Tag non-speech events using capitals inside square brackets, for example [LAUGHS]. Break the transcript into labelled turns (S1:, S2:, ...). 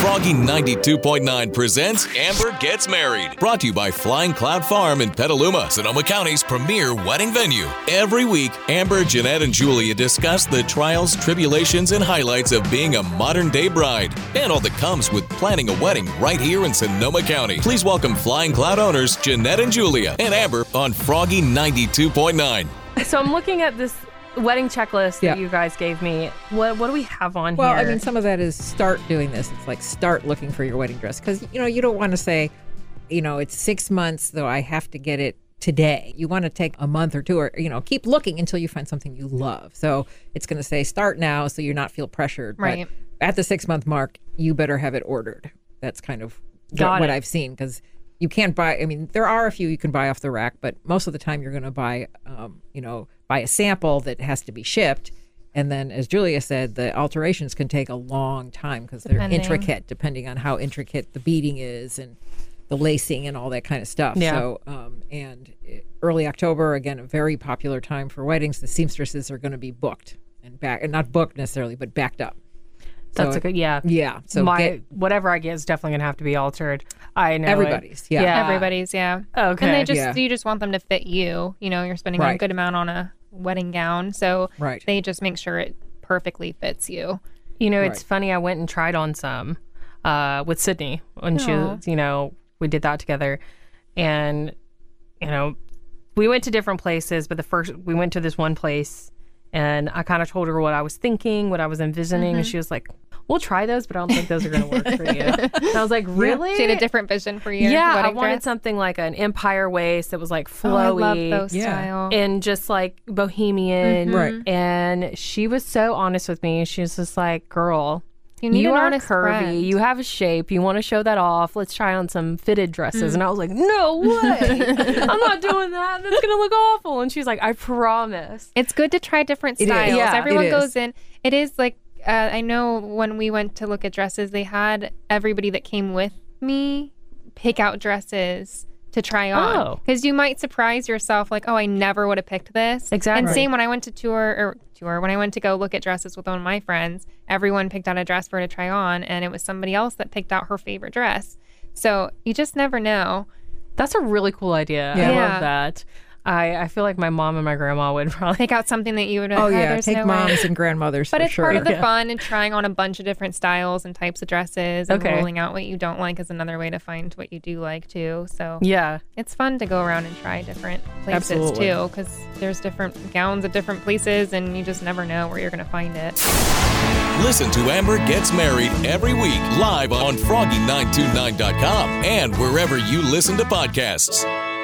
S1: Froggy 92.9 presents Amber Gets Married. Brought to you by Flying Cloud Farm in Petaluma, Sonoma County's premier wedding venue. Every week, Amber, Jeanette, and Julia discuss the trials, tribulations, and highlights of being a modern day bride and all that comes with planning a wedding right here in Sonoma County. Please welcome Flying Cloud owners Jeanette and Julia and Amber on Froggy 92.9.
S2: So I'm looking at this wedding checklist
S3: Yeah.
S2: that you guys gave me. What what do we have on
S3: Well,
S2: here?
S3: I mean, some of that is start doing this. It's like start looking for your wedding dress because you know you don't want to say, you know, it's six months though I have to get it today. You want to take a month or two, or you know, keep looking until you find something you love. So it's going to say start now, so you're not feel pressured. But
S2: Right.
S3: at the six month mark, you better have it ordered. That's kind of what-
S2: Got
S3: what
S2: it.
S3: I've seen because you can't buy. I mean, there are a few you can buy off the rack, but most of the time you're going to buy, um, you know, buy a sample that has to be shipped. And then, as Julia said, the alterations can take a long time because they're
S2: Depending.
S3: intricate, depending on how intricate the beading is and the lacing and all that kind of stuff.
S2: Yeah.
S3: So, um, and uh, early October, again, a very popular time for weddings. The seamstresses are going to be booked and back, and not booked necessarily, but backed up.
S2: that's a good yeah.
S3: Yeah. So
S2: My
S3: get
S2: whatever I get is definitely gonna have to be altered. I know it.
S3: everybody's. Yeah. Oh,
S2: Yeah.
S4: Everybody's, yeah.
S2: Okay.
S4: And they just
S3: Yeah.
S4: you just want them to fit you. You know, you're spending a
S3: Right.
S4: good amount on a wedding gown, so
S3: Right.
S4: they just make sure it perfectly fits you.
S2: You know, it's funny. I went and tried on some uh, with Sydney when she
S4: Aw.
S2: was, you know, we did that together. And, you know, we went to different places, but the first, we went to this one place and I kind of told her what I was thinking, what I was envisioning.
S4: Mm-hmm.
S2: And she was like, we'll try those, but I don't think those are going to work for
S4: [LAUGHS]
S2: you. And I was like, really?
S4: She had a different vision for you.
S2: yeah, I
S4: wedding
S2: wanted
S4: dress.
S2: something like an empire waist that was like flowy
S4: Oh, I love those Mm-hmm.
S3: Yeah.
S4: style.
S2: and just like bohemian.
S3: Right.
S2: And she was so honest with me. She was just like, girl,
S4: you need
S2: you
S4: an
S2: are
S4: honest
S2: curvy.
S4: friend.
S2: You have a shape. You want to show that off. Let's try on some fitted
S4: Mm.
S2: dresses. And I was like, no way.
S4: [LAUGHS]
S2: I'm not doing that. That's going to look awful. And she's like, I promise.
S4: It's good to try different
S3: is.
S4: styles.
S2: Yeah, it
S4: Everyone
S3: is.
S4: goes in. It is like uh, I know when we went to look at dresses, they had everybody that came with me pick out dresses to try on
S2: Oh.
S4: because you might surprise yourself like oh i never would have picked this and
S2: Exactly.
S4: same when i went to tour or tour when i went to go look at dresses with one of my friends everyone picked out a dress for her to try on and it was somebody else that picked out her favorite dress so you just never know
S2: That's a really cool idea. I
S4: Yeah.
S2: love that. I, I feel like my mom and my grandma would [LAUGHS] probably.
S4: pick out something that you would
S3: Oh,
S4: oh,
S3: yeah.
S4: there's
S3: Take
S4: no way."
S3: moms and grandmothers
S4: But
S3: for
S4: it's
S3: sure.
S4: part of the fun and trying on a bunch of different styles and types of dresses and
S2: Okay.
S4: rolling out what you don't like is another way to find what you do like too. So
S2: Yeah.
S4: it's fun to go around and try different places
S3: Absolutely.
S4: too because there's different gowns at different places and you just never know where you're going to find it.
S1: Listen to Amber Gets Married every week live on froggy929.com and wherever you listen to podcasts.